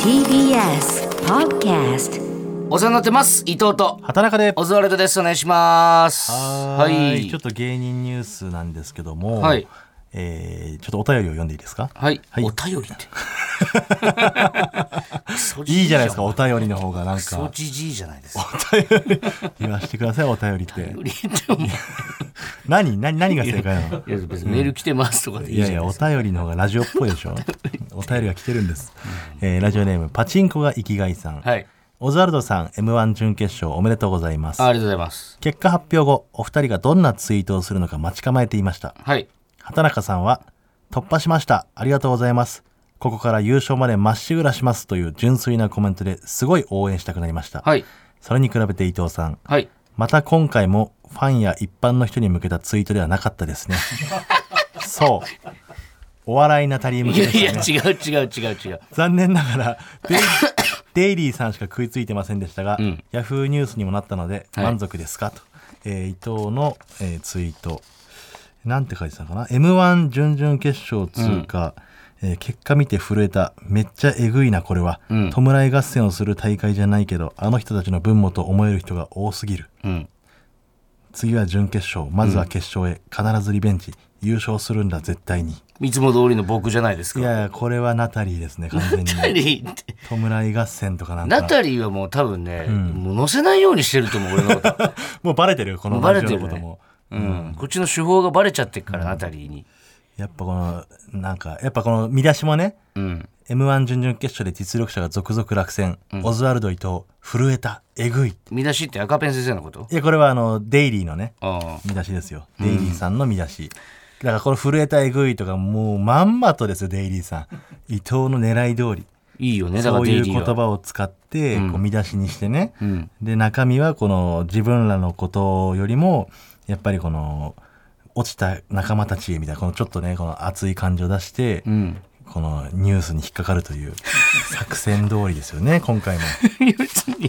TBS Podcast お世話になってます伊藤と畑中でオズワルドですお願いしますはーいはいちょっと芸人ニュースなんですけども、はいえーちょっとお便りを読んでいいですかはい、はいお便りってクソジ いいじゃないですかお便りの方がなんクソかじじいじゃないですか言わしてくださいお便りってお便りってお前何何何が正解なのいや別にメール来てますとかでいいいじゃなやいいやでおすか便りの方がラジオっぽいで しょお便りが来てるんです、えーラジオネームパチンコが生きがいさん、はいオズワルドさん m 1準決勝おめでとうございますあありがとうございます結果発表後お二人がどんなツイートをするのか待ち構えていましたはい畑中さんは突破しましたありがとうございますここから優勝までまっしぐらしますという純粋なコメントですごい応援したくなりました、はいそれに比べて伊藤さんはいまた今回もファンや一般の人に向けたツイートではなかっ たですねそうお笑いナタリー向いけやでいしやたね違う違う違う違う残念な がらデイデイリーさんしか食いついてませんでしたが、んヤフーニュースにもなったのではい満足ですか、と、えー伊藤の、えーツイートなんて書いてたのかな m 1準々決勝通過、えー結果見て震えためっちゃえぐいなこれは、うん弔い合戦をする大会じゃないけどあの人たちの分もと思える人が多すぎるうん次は準決勝まずは決勝へ、必ずリベンジ優勝するんだ絶対にいつも通りの僕じゃないですいかやいやこれはナタリーですね完 全にナタリーって弔い合戦とかなんかナタリーはもう多分ね、もう載せないようにしてると思う俺のこと もうバレてるよこのもうバラレてジオるのねことも。うん、こっちの手法がバレちゃってっから、ナタリーに。やっぱこの、なんか、やっぱこの見出しもね、うん。 M1 準々決勝で実力者が続々落選、オズワルド伊藤、震えた、えぐい。見出しって赤ペン先生のこといや、これはあの、デイリーのね、あ見出しですよ。デイリーさんの見出し。だからこの震えた、えぐいとか、もうまんまとですよ、デイリーさん。伊藤の狙い通り。いいよね、だかそらうデいイうリー言は。葉を使って、こう見出しにしてね。うん。で中身はこの自分らのことよりもやっぱりこの落ちた仲間たちへみたいなこのちょっとねこの熱い感情を出して、うん。このニュースに引っかかるという作戦通りですよね 今回も いや別に。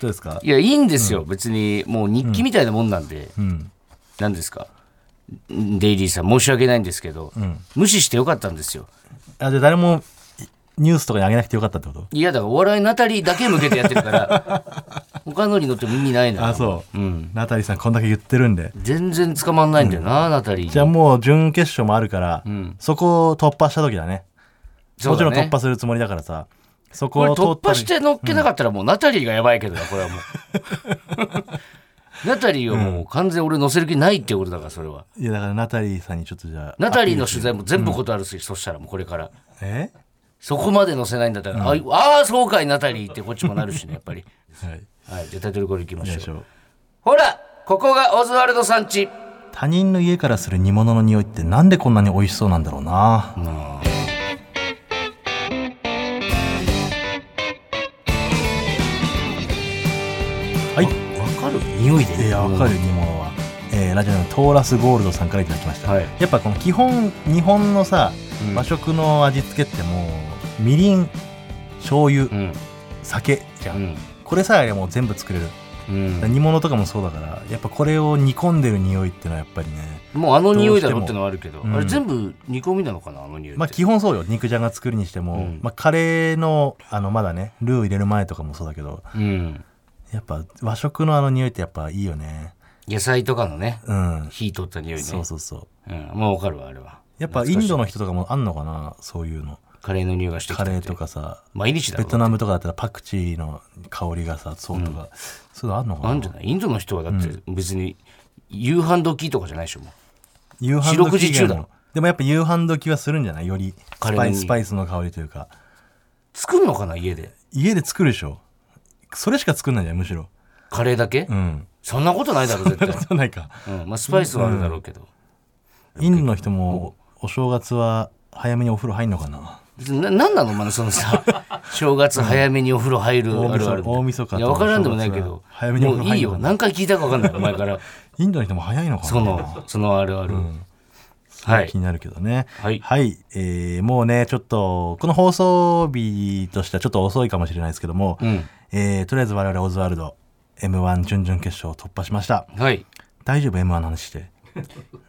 どうですかいや、いいんですよ、別に。もう日記みたいなもんなんで。うん何ですかデイリーさん、申し訳ないんですけど、ん無視してよかったんですよ。あじゃあ誰もニュースとかにあげなくてよかったってこといや、だからお笑いナタリーだけ向けてやってる から、他のに乗っても意味ないのよあそう、うん。ナタリーさんこんだけ言ってるんで全然捕まんないんだよな、ナタリーに。じゃあもう準決勝もあるから、そこを突破した時だねそうだねもちろん突破するつもりだからさそここれを通突った破時して乗っけなかったらもうナタリーがやばいけどなこれは もうナタリーはもう完全に俺乗せる気ないってことだからそれは、いやだからナタリーさんにちょっとじゃあナタリーの取材も全部断るし、そしたらもうこれからえそこまで乗せないんだったら、ああーそうかいナタリーってこっちもなるしねやっぱ りはいはいじゃあタイトルコールいきましょうでしょほらここがオズワルドさんち他人の家からする煮物の匂いってなんでこんなに美味しそうなんだろうな、はいわかる匂いでいやわかる煮物は、えーラジオのトーラスゴールドさんからいただきました、はいやっぱこの基本日本のさうん和食の味付けってもうみりん醤油、うん酒じゃ、うんんこれさえあればもう全部作れるうん煮物とかもそうだからやっぱこれを煮込んでる匂いってのはやっぱりねもうあの匂いだろってのはあるけどしてもあうんれ全部煮込みなのかなあの匂いって、まあ基本そうよ肉じゃが作るにしても、うんまあ、カレーのあのまだねルー入れる前とかもそうだけどうん、やっぱ和食のあの匂いってやっぱいいよね野菜とかのねうん火取った匂いねそうそうそううん、まあわかるわあれはやっぱインドの人とかもあんのかなそういうのカレーの匂いがしてきたカってレーとかさ毎日だベろトナムとかだったらパクチーの香りがさそうとか、そういうのあんのかあなんじゃないインドの人はだって別に夕飯時とかじゃないでしょも夕飯四六時中だもでもやっぱ夕飯時はするんじゃないよりカスレーのパ匂イいスパイスの香りというかう作るのかな家で家で作るでしょそれしか作んないじゃんむしろカレーだけ、うんそんなことないだろ絶 対、そうないかうんまあ、スパイスはあるだろうけど、インドの人もお正月は早めにお風呂入んのかな別にななんなのお前のそのさ正月早めにお風呂入る大晦日あるある大晦日といや分からんでもないけどお正月は早めにお風もう呂いい入るよ何回聞いたか分かんないお前からインドの人も早いのかなそのそのあるある、はい気になるけどねはいえーもうねちょっとこの放送日としてはちょっと遅いかもしれないですけども、うんえーとりあえず我々オズワルド m 1準々決勝突破しましたはい大丈夫 m 1の話して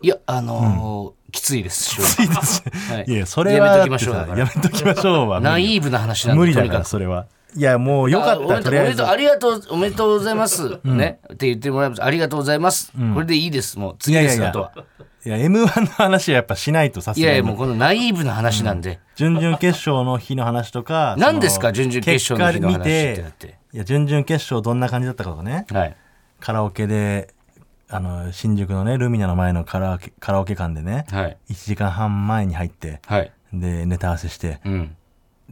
いや、あのーきついです。ついですね はいいや、それはだやめときまってしょうださか、らやめときましょうは無理よ。ナイーブな話なんで、無理だとかにら、くそれは。いや、もうよかあっおめでた、ととりうおあめえでずとう。ありがとうおめでとうございます、ねって言ってもらいますありがとうございます、これでいいですもう次ですいやいやいやあとはいや、M1 の話はやっぱしないとさすいやがいやにもうこのナイーブな話なんで、準々決勝の日の話とか、そ の何ですか準々決勝の日の話って結果だっ見ていや、準々決勝どんな感じだったかとかね、はいカラオケで、あの、新宿のね、ルミナの前のカラオケ、カラオケ館でね、はい1時間半前に入って、はいで、ネタ合わせして、うん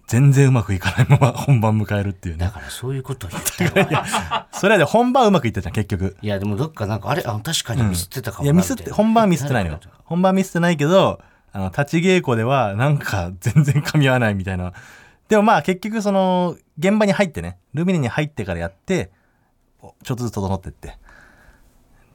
全然うまくいかないまま本番迎えるっていうだね。からそういうことを言ったよ それで本番うまくいったじゃん、結局。いやでもどっかなんかあれあ確かにミスってたかもいなや、みミたスいっなて、本番はミスって ないのよ。本番はミスってないけど、あの、立ち稽古では、なんか 全然噛み合わないみたいな。でもまあ結局その、現場に入ってね、ルミネに入ってからやって、おちょっとずつ整ってって。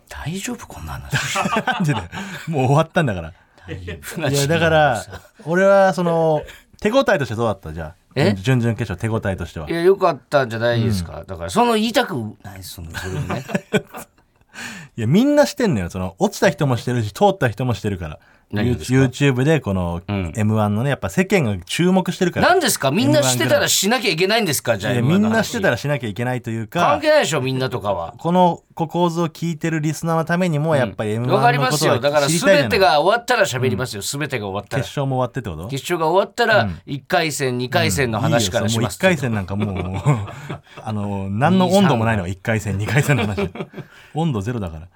大丈夫こんな話なんでだよもう終わったん だから。大丈夫いや、だから、俺はその、手応えとしてどうだったじゃえ。あ。準々決勝手応えとしてはいやよかったんじゃないですか、だからその言いたくないですそのそれを ねいや、みんなしてんのよ。その、落ちた人もしてるし、通った人もしてるから。何がですか YouTube で、この、ん M1 のね、やっぱ世間が注目してるから。何ですかみんなしてた M1 らしなきゃいけないんですかじゃあいや M1 のみ話んなしてたらしなきゃいけないというか関係、ないでしょみんなとかはこのこ構図を聞いてるリスナーのためにも、やっぱり M1 のわかりまこすとはよ。だから知りたいじゃ全ないてが終わったら喋りますよ。全てが終わった決ら。勝も終わってってこと決勝が終わったら、1回戦、2回戦の話からします。いいよそうもう1回戦なんかもう、 あの、何の温度もないの、1回戦、2回戦の話。温度ゼロだから。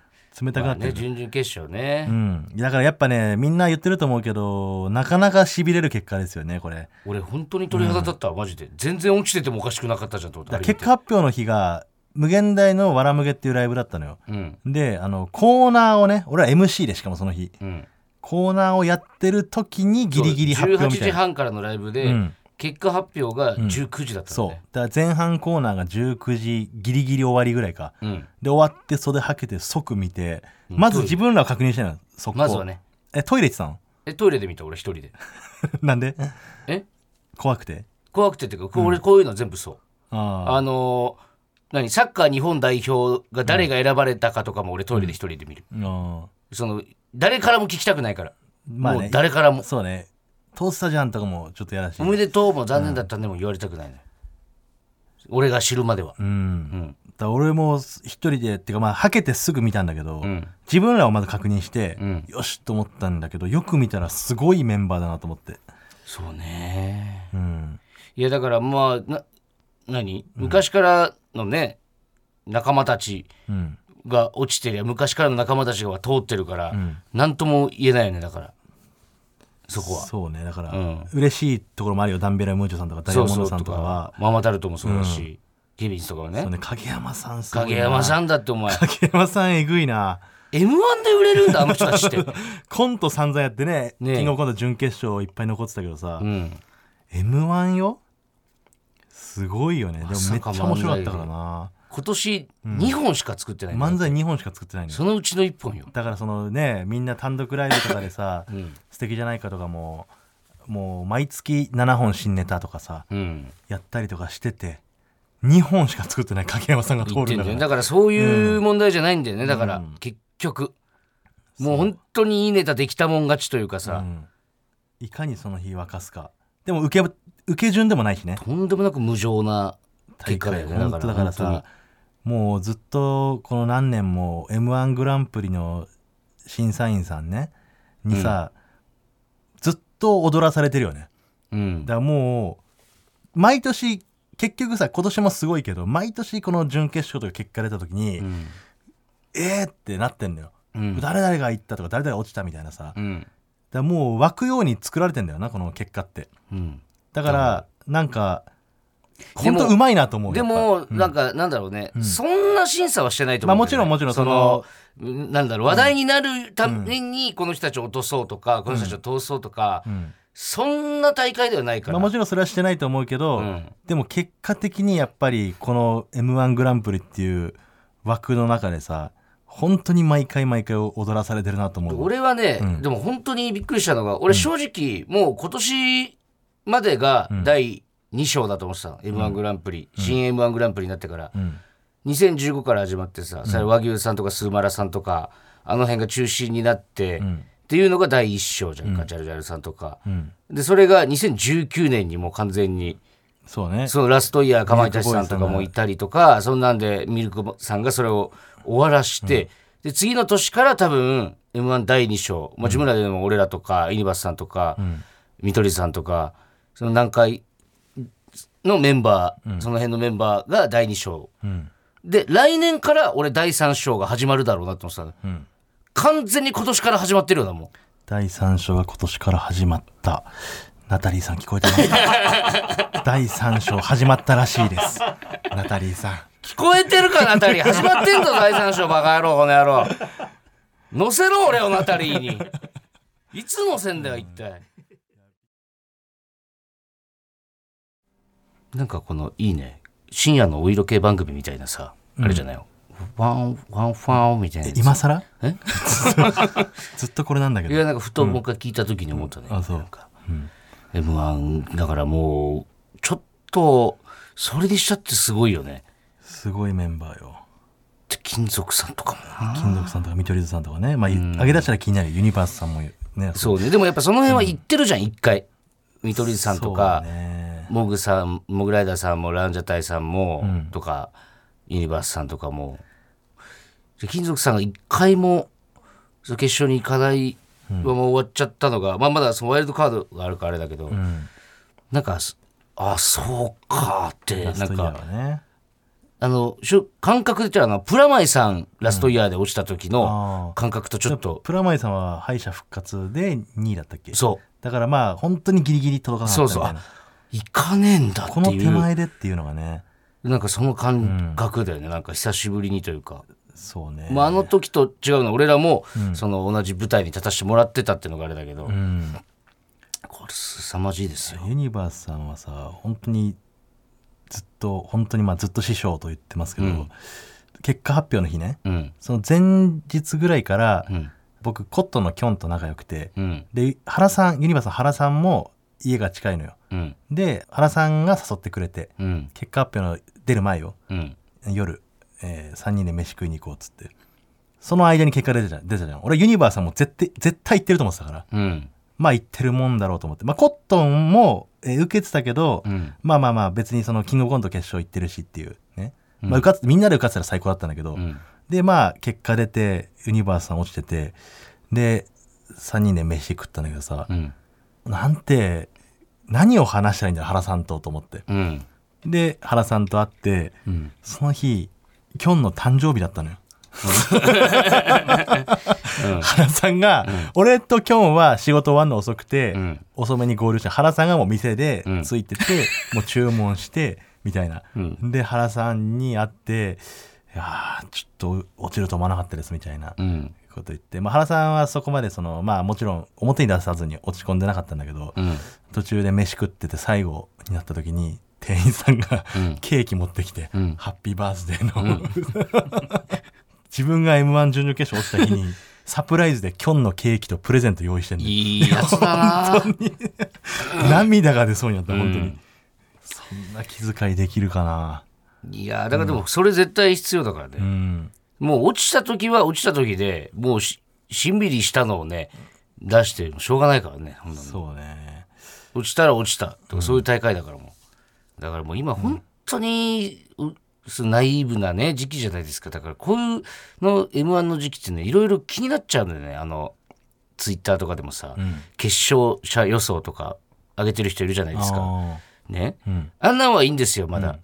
冷たまくなあっね、てる。準々決勝ね。うん、だからやっぱねみんな言ってると思うけどなかなかしびれる結果ですよねこれ俺、本当に鳥肌立ったわ、マジで。全然落ちててもおかしくなかったじゃんと思った。だから結果発表の日が無限大の「わらむげ」っていうライブだったのようん。であのコーナーをね俺は MC でしかもその日うん。コーナーをやってる時にギリギリ発表18みたい時な半からのライブうでん、結果発表が19時だったそのうね。だから前半コーナーが19時ギリギリ終わりぐらいかうん。で終わって袖はけて即見てまず自分らを確認したの速攻まずはね。えトイレ行ってたの え、トイレで見た、俺一人で。なんでえ怖くて怖くてっていうか、こう俺こういうの全部そう。ああのー、何サッカー日本代表が誰が選ばれたかとかも俺トイレで一人で見る。ーあーその誰からも聞きたくないから、まあもねう誰からもそうねトースタジャンとかもちょっとやらしいおめでとうも残念だったねも言われたくないのよ、俺が知るまでは、うん、だから俺も一人でっていうかまあはけてすぐ見たんだけど、ん自分らをまず確認して、んよしと思ったんだけどよく見たらすごいメンバーだなと思って、そうねうん、いやだからまあな何昔からのね仲間たちうんが落ちてりゃ昔からの仲間たちが通ってるから、なんとも言えないよねだからそこはそうねだから、ん嬉しいところもあるよダンベラムーチョさんとかダイヤモンドさんとかはママタルトもそうだし、ケビンスとかはねそうね影山さんすごいな影山さんだってお前 m 影山さんえぐいな1で売れるんだあの人たち って、コント散々やってねねえキングオブコント準決勝いっぱい残ってたけどさ、うん、 m 1よすごいよねでもめっちゃさか面白かったからな今年2本しか作ってない、漫才2本しか作ってないのよそのうちの1本よだからそのねみんな単独ライブとか でさ「ん素敵じゃないか」とかももう毎月7本新ネタとかさうんやったりとかしてて2本しか作ってない影山さんが通言ってるんんだだかよらだからそういう問題じゃないんだよね、だから結局もう本当にいいネタできたもん勝ちというかさ、うんいかにその日沸かすかでも受け受け順でもないしねとんでもなく無情な結果だよね本当だから本さもうずっとこの何年も m 1グランプリの審査員さんねにさ、ずっと踊らされてるよね当にうんだからもう毎年結局さ今年もすごいけど毎年この準決勝とか結果出た時に、うんえーってなってんのよ、うん誰々が行ったとか誰々が落ちたみたいなさ、だかうんらもう湧くように作られてんだよなこの結果ってうんだからなんかで本も当うまいなと思うでやっも、なんか、なんだろうね、そんな審査はしてないと思う、まあもちろんもちろんその、うんなんだろう、話題になるために、この人たちを落とそうとか、この人たちを通そうとか、ぱうんそんな大会ではないから。まあ、もちろんそれはしてないと思うけど、うんでも結果的にやっぱりこの m 1グランプリっていう枠の中でさ本当に毎回毎回踊らされてるなと思う俺はね、うんでも本当にびっくりしたのが、俺正直、もう今年までが第2章だと思ってたの。M1 グランプリ、新 M1 グランプリになってから。うん2015から始まってさ、それ和牛さんとかスーマラさんとか、あの辺が中心になって、んっていうのが第一章じゃんか、ジャルジャルさんとか、うんでそれが2019年にもう完全にそうねそのラストイヤーかまいたちさんとかもいたりとかそんなんでミルクボさんがそれを終わらして、で次の年から多分 m 1第2章、まあ、自分らでも俺らとかユニバースさんとか、見取り図さんとかその南海のメンバー、その辺のメンバーが第2章、で来年から俺第3章が始まるだろうなって思ってたの、完全に今年から始まってるよなもう。第3章が今年から始まったナタリーさん聞こえてますか 第3章始まったらしいですナタリーさん聞こえてるかなタリー始まってんぞ第三章バカ野郎この野郎乗せろ俺をナタリーにいつ乗せんだよ一体なんかこのいいね深夜のお色系番組みたいなさ、あれじゃないよワンワンファンみたいなやつ今更え ずっとこれなんだけいどやなんかふと僕が聞いた時に思ったね、あそうなんか m 1だからもうちょっとそれにしちゃってすごいよねすごいメンバーよって金属さんとかもな金属さんとか見取り図さんとかねまあい上げ出したら気になるユニバースさんもねそうね。でもやっぱその辺は行ってるじゃん、一回。見取り図さんとか、そうねモグさん、モグライダーさんも、ランジャタイさんも、とか、ユニバースさんとかも。で金属さんが一回も、その決勝に行かないまま終わっちゃったのが、まあまだそのワイルドカードがあるからあれだけど、うんなんか、あ、そうかって、ラなストんイヤか、ーはねあの、しゅ感覚で言ったらあの、プラマイさん、ラストイヤーで落ちた時あのー感覚とちょっと、プラマイさんは敗者復活で2位だったっけそう、だからまあ本当にギリギリ届かなかったみたいなそう行かねえんだっていこう。の手前でっていうのがねなんかその感覚だよね、なんか久しぶりにというか、そうねまあ、あの時と違うのは俺らも、その同じ舞台に立たせてもらってたっていうのがあれだけど、うんこれ凄まじいですよユニバースさんはさ本当にずっと本当にまあずっと師匠と言ってますけど、うん結果発表の日ねうんその前日ぐらいから、うん僕コットンのキョンと仲良くてうんで原さんユニバースの原さんも家が近いのようんで原さんが誘ってくれてうん結果発表の出る前ようん夜、え3人で飯食いに行こうっつってその間に結果出たじゃん出たじゃん俺ユニバースさんも絶対絶対行ってると思ってたからうんまあ行ってるもんだろうと思ってまあコットンも、えー受けてたけど、うんまあまあまあ別にそのキングオブコント決勝行ってるしっていうね、うんまあ、受かってみんなで受かってたら最高だったんだけど、うんでまあ結果出てユニバースさん落ちててで3人で飯食ったんだけどさ、うんなんて何を話したらいいんだろう原さんとと思ってうんで原さんと会ってうんその日キョンの誕生日だったのよ原さんが、俺とキョンは仕事終わるの遅くて、うん遅めに合流して原さんがもう店でうんついてて、もう注文してみたいな、うんで原さんに会って「いやーちょっと落ちると思わなかったです」みたいなうんこと言って、まあ、原さんはそこまでそのまあもちろん表に出さずに落ち込んでなかったんだけど、うん途中で飯食ってて最後になった時に店員さんが、うんケーキ持ってきて、うんハッピーバースデーの、 自分が m 1準々決勝落ちた日にサプライズでキョンのケーキとプレゼント用意してんのいいやつだな涙が出そうになったうん本当に、そんな気遣いできるかないやだからでもそれ絶対必要だからね、うんもう落ちた時は落ちた時でもうししんびりしたのをね出してもしょうがないからねほんなのそうね落ちたら落ちたとかそういう大会だからもう、だからもう今本当に、うそうナイーブなね時期じゃないですかだからこういうの m 1の時期ってねいろいろ気になっちゃうんだよねあのツイッターとかでもさ、ん決勝者予想とか上げてる人いるじゃないですかあね、ーうんあんなんはいいんですよまだ、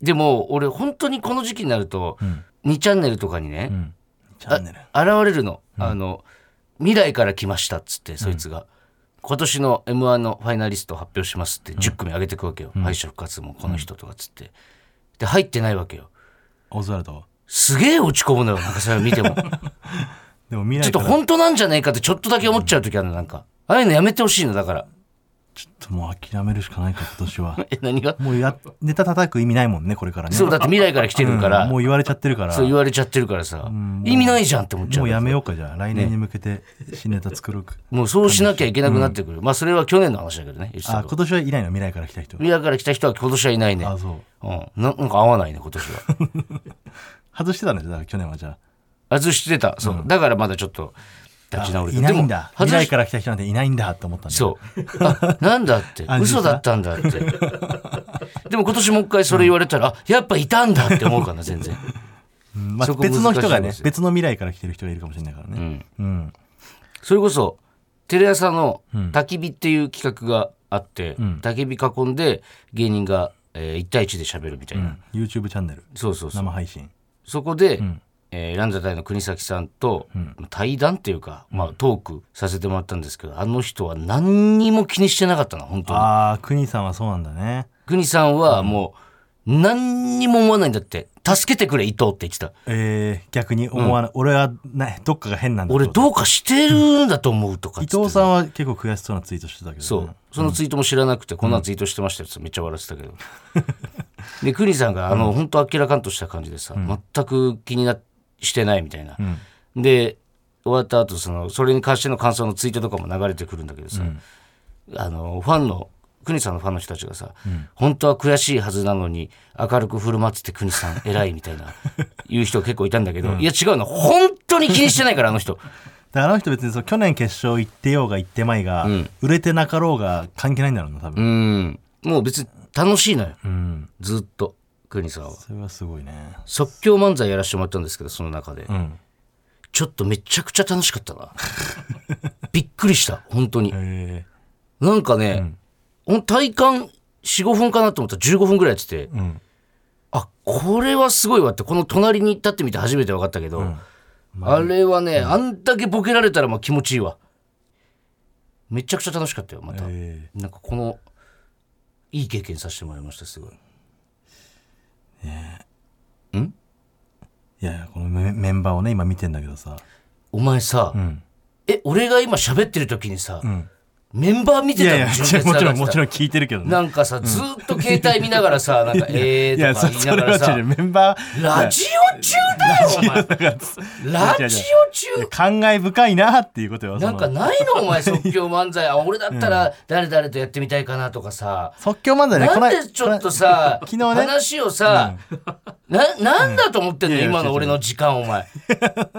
でも俺本当にこの時期になると、ん2チャンネルとかにね、うんチャンネル現れるの,、あの未来から来ましたっつってそいつが、今年の m 1のファイナリストを発表しますって10組上げてくわけよ、敗者復活もこの人とかっつって、で入ってないわけよオズワルドすげえ落ち込むのよなんかそれを見 てもでも未ちょっと来からちょっ本当なんじゃないかってちょっとだけ思っちゃう時あるのなんかああいうのやめてほしいのだからともう諦めるしかないか今年は え何がもうやネタ叩く意味ないもんねこれからねそうだって未来から来てるから、うんもう言われちゃってるからそう言われちゃってるからさ、意味ないじゃんって思っちゃうもうやめようかじゃあ来年に向けて新ネタ作ろうか、もうそうしなきゃいけなくなってくる、まあそれは去年の話だけどね言ってたけあど今年はいないの未来から来た人未来から来た人は今年はいないねあそう うん、ななんか合わないね今年は外してたんだよだから去年はじゃあ外してた。そう。だからまだちょっと立ち直れいた。ないんだでも、未外来しから来た人なんていないんだって思ったんだそう。あ、なんだってあ。嘘だったんだって。でも今年もう一回それ言われたら、あ、やっぱいたんだって思うかな、全 然。うんまあそこ別の人が難しいねですよ別の未来から来てる人がいるかもしれないからねうんそれこそ、テレ朝の焚き火っていう企画があって、焚き火囲んで芸人が、えー1対1で喋るみたいな。 YouTube チャンネルそうそうそう。生配信そこで、えーランジャタイの国崎さんと、対談っていうか、まあ、トークさせてもらったんですけど、あの人は何にも気にしてなかったな、本当に。ああ国さんはそうなんだね国さんはもう何にも思わないんだって助けてくれ伊藤って言ってたえー逆に思わない俺はねどっかが変なんだ俺とど思うかしてるんだと思うとかっっつってて伊藤さんは結構悔しそうなツイートしてたけどねそうそのツイートも知らなくてこんなツイートしてましたよってめっちゃ笑ってたけど で国さんがあの本当明らかんとした感じでさ全く気になしてないみたいなで終わった後そのそれに関しての感想のツイートとかも流れてくるんだけどさあのファンの国さんのファンの人たちがさ、本当は悔しいはずなのに明るく振る舞ってて国さ ん偉いみたいな言う人結構いたんだけど、いや違うの本当に気にしてないからあの人であの人別にその去年決勝行ってようが行ってまいが、売れてなかろうが関係ないんだろうな多う分んもう別に楽しいのようん、ずっと国さんはそれはすごいね即興漫才やらせてもらったんですけどその中で、んちょっとめちゃくちゃ楽しかったな びっくりした本当にえなんかね、ほん体感45分かなと思ったら15分ぐらいやってて、んあこれはすごいわってこの隣に立ってみて初めて分かったけど、あれはね、あんだけボケられたらまあ気持ちいいわめちゃくちゃ楽しかったよまた、えなんかこのいい経験させてもらいましたすごいーいやいやこのメメンバーをね今見てんだけどさお前さ、んえ俺が今喋ってる時にさ、メンバー見ていたのやいや純烈もちろん上がってたもちろん聞いてるけどねなんかさ、ずーっと携帯見ながらさ、なんか、えいーやとかそ言いそなれがらはさ違う、メンバーラジオ中だよ、お前。ラジオ中感慨深いなっていうことよそなんのかないの、お前、即興漫才。あ、俺だったら、誰々とやってみたいかなとかさ。即興漫才ねなこのんでちょっとさ、昨日ね話をさ、な、なんだと思ってんの、いやい今や違う違のう俺の時間、お 前。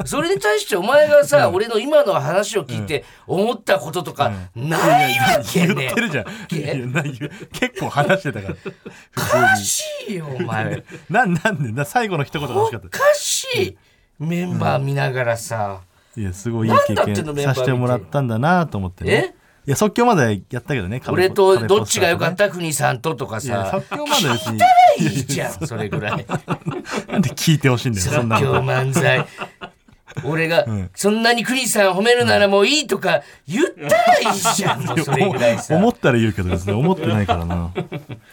それに対して、お前がさ、俺の今の話を聞いて、思ったこととか、ないわけ言ねってるじゃんえいやない言う結構話してたからおかしいよ、お前。ななんでな最後の一言が欲しかっおかしいメンバー見ながらさ、たいやすごいいい経なんだってのメン験バー見さてせてもらったんだなと思ってねえいや即興までやったけどね壁俺とどっちが良かっ壁た国さんととかポスターとさかねいや即興まで別にいいじゃんそれぐらいなんで聞いてほしいんだよそん即な興の漫才俺が、そんなに国さん褒めるならもういいとか言ったらいいじゃんもうそれぐらいさ思ったら言うけど別に思ってないからな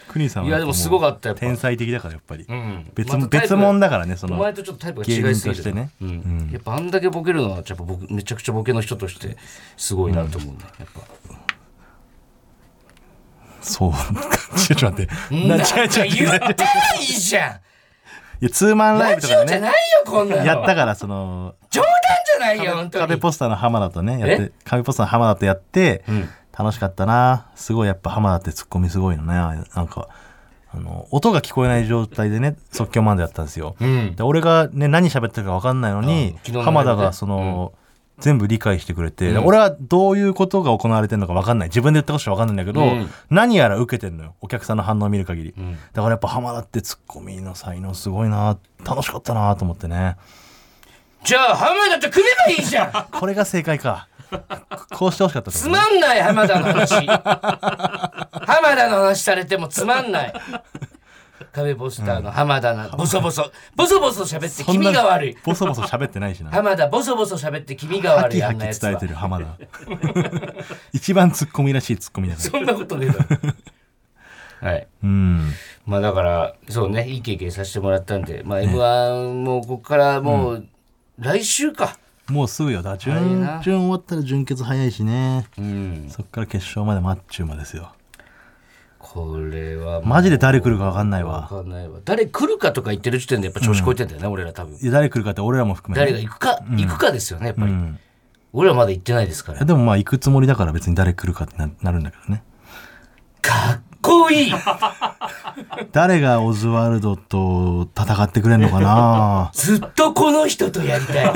国さんはいやでもすごかったやっぱ天才的だからやっぱりん別またタイプ別物だからねそおの前とちょっとタイプが違いすぎ芸人としててねうんやっぱあんだけボケるのはやっぱ僕めちゃくちゃボケの人としてすごいなと思うね、やっぱそう。 ちょっと待って。なな違んうか違う違言うっ違たう。らいいじゃんいや、ツーマンライラブとジかオでじゃね。ないよこんなのやったから、その、冗談じゃないよ本当に壁ポスターの浜田とね、やってえ、壁ポスターの浜田とやってん、楽しかったな。すごい、やっぱ浜田ってツッコミすごいのね。なんか、あの、音が聞こえない状態でね、即興漫才やったんですよ。うんで、俺がね、何喋ってるか分かんないのうんに昨日の、ね浜田がその、全部理解してくれて、で俺はどういうことが行われてるのか分かんない。自分で言ったことしか分かんないんだけうど、ん何やら受けてんのよ。お客さんの反応を見る限り。だからやっぱ浜田ってツッコミの才能すごいな。楽しかったなと思ってね。じゃあ浜田と組めばいいじゃんこれが正解か。こうしてほしかったですつまんない浜田の話浜田の話されてもつまんない壁ポスターの浜田な、ボソボソボソボソ喋って気味が悪いボソボソ喋ってな いしな。は浜田ボソボソ喋って気味が悪きいあはんきなやつ伝えはてる浜田。一番ツッコミらしいツッコミだから。そんなことねえだろ はいうん。まあだからそうねいい経験させてもらったんで、まあ、m 1もここからもう来週か、もうすぐよ。だ準早いな準終わったら準決早いしね。うん、そっから決勝までマッチューマですよ。これはマジで誰来るか分かんないわわ。かんないわ誰来るかとか言ってる時点でやっぱ調子こいてんだよね、俺ら多分いや誰来るかって俺らも含め誰がて。行くか、行くかですよねやっぱり、ん俺らまだ行ってないですからいやでもまあ行くつもり だから別に誰来るかってななるんだけどね。かっこいい誰がオズワルドと戦ってくれんの かなずっとこの人とやりたい。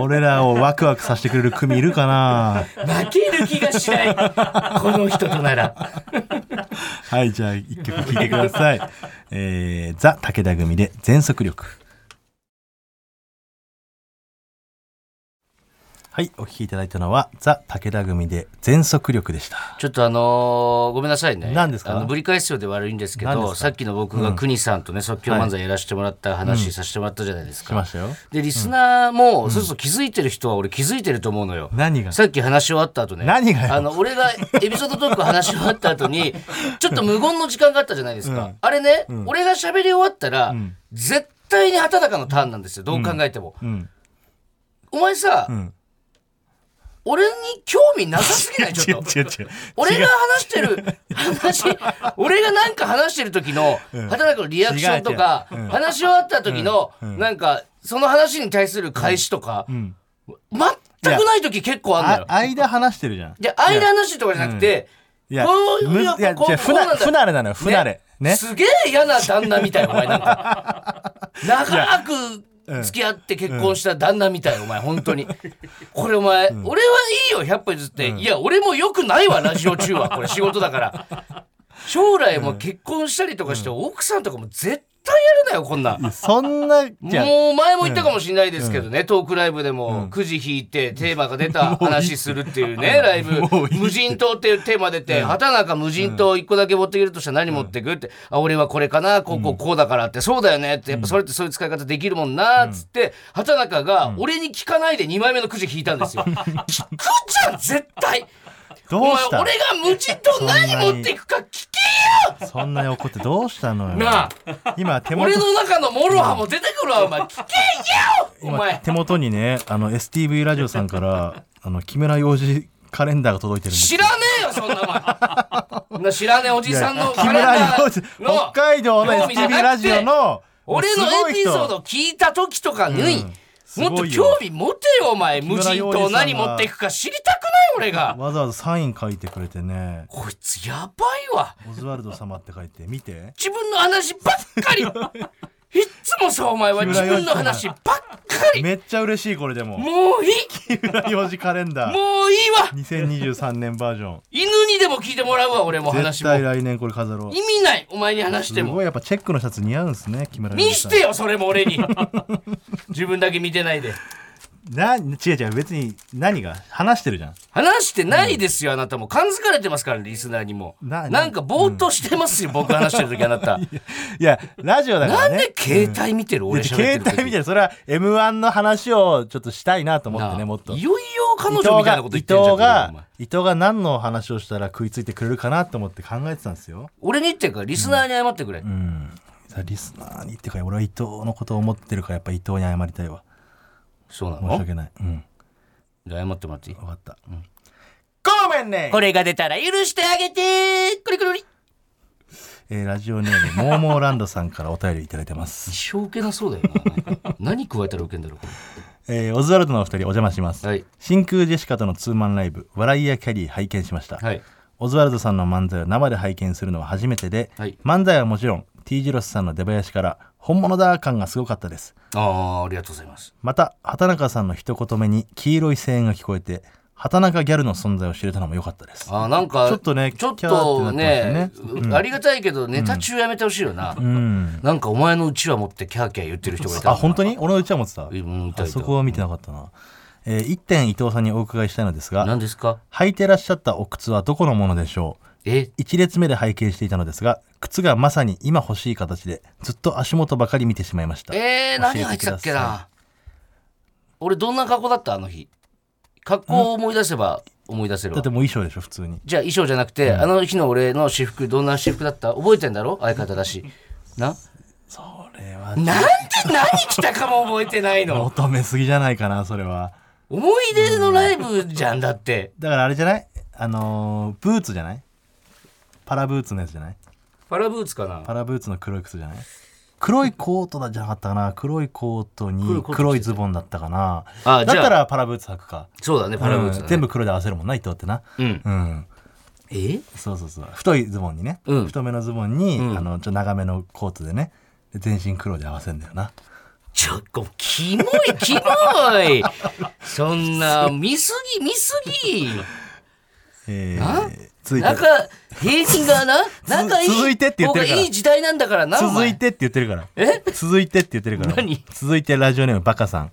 俺らをワクワクさせてくれる組いるかな負ける気がしない。この人となら。はいじゃあ一曲聴いてください 「えー、ザ・武田組」で「全速力」はいお聴きいただいたのは「ザ・武田組」で「全速力」でしたちょっとあのーごめんなさいね。何ですあかのぶり返すようで悪いんですけ何ですど、かさっきの僕が国さんとね、即興漫才やらせてもらった話させてもらったじゃないです来か。ましたよで、リスナーも、そうそう気づいてる人は俺気づいてると思うのよ。何がさっき話し終わった後ね。何がよあの、俺がエピソードトーク話し終わった後 に、ちょっと無言の時間があったじゃないですか。あれね、俺が喋り終わったら、絶対に畑中のターンなんですよ。どう考えても。うんお前さ、ん俺に興味なさすぎないち違ょう っと。違う違う俺が話してる話、俺がなんか話してる時の、畑中のリアクションとか、違う違ううん話し終わった時の、なんか、その話に対する返しとか、ん全くない時結構あんのよあ。間話してるじゃんで、間話してとかじゃなくて、いやこういうむいややっぱこう違うこ不うなんなだ不慣れなのよ不慣れねすげえ嫌な旦那みたい、お前なんか。長く付き合って結婚した旦那みたい、お前、本当に。これお前、俺はいいよ、100歩譲って。いや、俺もよくないわ、ラジオ中は。これ仕事だから。将来も結婚したりとかして、奥さんとかも絶対やるなよ、こんなん。そんなじゃあもう前も言ったかもしれないですけどね、トークライブでもくじ引いてテーマが出た話するっていうね、ライブ もういいって無人島っていうテーマ出て、畑中無人島一個だけ持っていけるとしたら何持ってくって、あ、俺はこれかな、こうこうこうだからって、そうだよねって、やっぱそれってそういう使い方できるもんな、つって、畑中が俺に聞かないで2枚目のくじ引いたん ですよ。聞くじゃん、絶対おどう前、し俺たが無人島何持っていくか聞けそんなに怒ってどうしたのよよなあ今手元俺の中のモロハも出てくるわ、お前。聞けよお今前。手元にねあの STV ラジオさ んからあの木村洋二カレンダーが届いてるんです知らねえよそんなもんな知らねえおじさんの木カレン村ダ洋二ーの北海道の興味じゃなく STV てラジオの俺すごのエいピ人ソード聞いた時とかに、すごいよもっと興味持てよお前無村人洋二さん島が何持っていくか知りたくない俺がわざわざサイン書いてくれてねこいつやばいわ「オズワルド様」って書いて見て自分の話ばっかり いっつもさお前は自分の話ばっかりめっちゃ嬉しいこれでももういい木村洋二カレンダーもういいわ2023年バージョン犬にでも聞いてもらうわ俺も絶話も対意来年これ飾ろう味ないお前に話してすもごいやっぱチェックのシャツ似合うんすね木村見洋二さしんてよそれも俺 に自分だけ見てないでな違う違う別に何が話してるじゃん話してないですよ、あなたも感づかれてますからリスナーにもなななんかぼーっとしてますよ、僕話してる時あなた いやラジオだかならんねで携帯見てる、俺い喋ってや携る時帯みたいなそれは m 1の話をちょっとしたいなと思なっあてねもっといよいよ彼女みたいなこと言ってるじゃん伊藤がお前伊藤が何の話をしたら食いついてくれるかなと思って考えてたんですよ俺に言ってるからリスナーに謝ってくれ、うんさあリスナーにっていうか俺は伊藤のことを思ってるからやっぱ伊藤に謝りたいわそうな申しの訳ないうんじゃあ謝ってもらっていい分かった、ごめんねこれが出たら許してあげてくりくりくりえーラジオネームモーモーランドさんからお便りいただいてます一生受けなそうだよな 何加えたら受けんだろうこえーオズワルドのお二人お邪魔します、れはい真空ジェシカとのツーマンライブ「笑いやキャリー」拝見しました、はいオズワルドさんの漫才を生で拝見するのは初めてで、はい漫才はもちろん T ジロスさんの出囃子から本物だ感がすごかったですああありがとうございますまた畑中さんの一言目に黄色い声援が聞こえて畑中ギャルの存在を知れたのも良かったですあーなんかちょっとねちょっキャーとってなねってましたねうんありがたいけどネタ中やめてほしいよな、うんなんかお前のうちわ持ってキャーキャー言ってる人がいたあ本当に俺のうちは持ってたうんうんいたいたあそこは見てなかったな、えー一点伊藤さんにお伺いしたいのですが何ですか履いてらっしゃったお靴はどこのものでしょうえ1列目で拝見していたのですが靴がまさに今欲しい形でずっと足元ばかり見てしまいましたえー、教何え入っててくただっけさな俺どんな格好だったあの日格好を思い出せば思い出せるいだわってもう衣装でしょ普通にじゃあ衣装じゃなくて、あの日の俺の私服どんな私服だった覚えてんだろ相方だしなそれなはんで何着たかも覚えてない の求めすぎじゃないかなそれは思い出のライブじゃんだってだからあれじゃないあのーブーツじゃないパラブーツのやつじゃないパラブーツかなパラブーツの黒い靴じゃない黒いコートだじゃなかったかな黒いコート黒いにコート着てた黒いズボンだったかなあじゃあだったらパラブーツ履くかそうだねパラブーツだうんね全部黒で合わせるもんな伊藤ってなうんうんえそうそうそう太いズボンにね、うん太めのズボンに、んあのちょっと長めのコートでねで全身黒で合わせんだよなちょっと、キモい、キモ い。そんな、見すぎ、見すぎ。えあー、続いてなんか、平均がな、なんかいい、 続いてって言ってるから僕いい時代なんだからな、お続前い。てって言ってるからえ続いてって言ってるから何続いてラジオネームバカさん